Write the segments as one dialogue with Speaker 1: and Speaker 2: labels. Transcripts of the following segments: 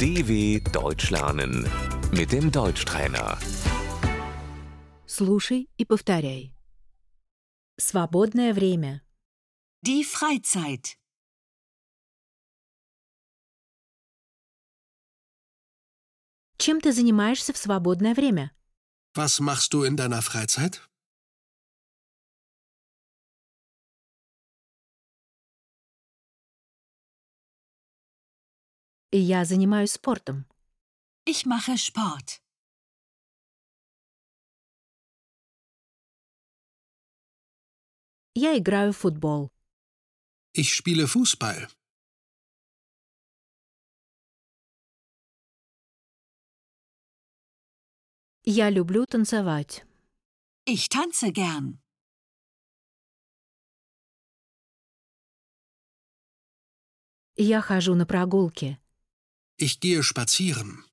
Speaker 1: DW Deutsch lernen mit dem Deutschtrainer.
Speaker 2: Слушай и повторяй. Свободное время.
Speaker 3: Die Freizeit.
Speaker 2: Чем ты занимаешься в свободное время?
Speaker 4: Was machst du in deiner Freizeit?
Speaker 2: Я занимаюсь спортом.
Speaker 3: Ich mache Sport.
Speaker 2: Я играю в футбол.
Speaker 4: Ich spiele Fußball.
Speaker 2: Я люблю танцевать.
Speaker 3: Ich tanze gern.
Speaker 2: Я хожу на прогулки.
Speaker 4: Ich gehe spazieren.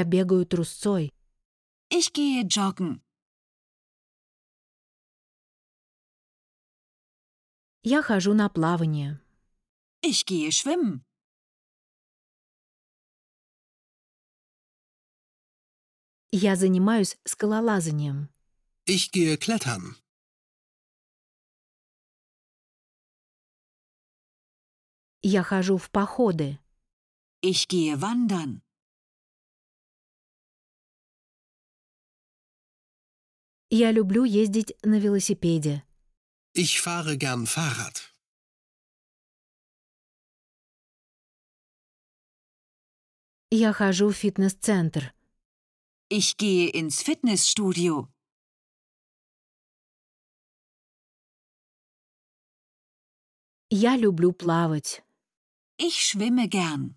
Speaker 2: Я бегаю трусцой.
Speaker 3: Ich gehe joggen.
Speaker 2: Я хожу на плавание.
Speaker 3: Ich gehe schwimmen.
Speaker 2: Я занимаюсь скалолазанием.
Speaker 4: Ich gehe klettern.
Speaker 2: Я хожу в походы.
Speaker 3: Ich gehe wandern.
Speaker 2: Я люблю ездить на велосипеде.
Speaker 4: Ich fahre gern Fahrrad.
Speaker 2: Я хожу в фитнес-центр.
Speaker 3: Ich gehe ins Fitnessstudio.
Speaker 2: Я люблю плавать.
Speaker 3: Ich schwimme gern.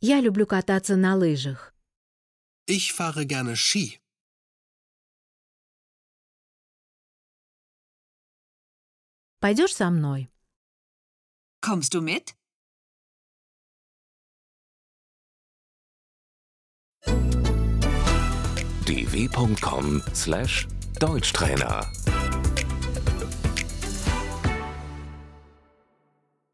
Speaker 2: Я люблю кататься на лыжах.
Speaker 4: Ich fahre gerne Ski.
Speaker 2: Пойдешь со мной?
Speaker 3: Kommst du mit?
Speaker 1: dw.com/deutschtrainer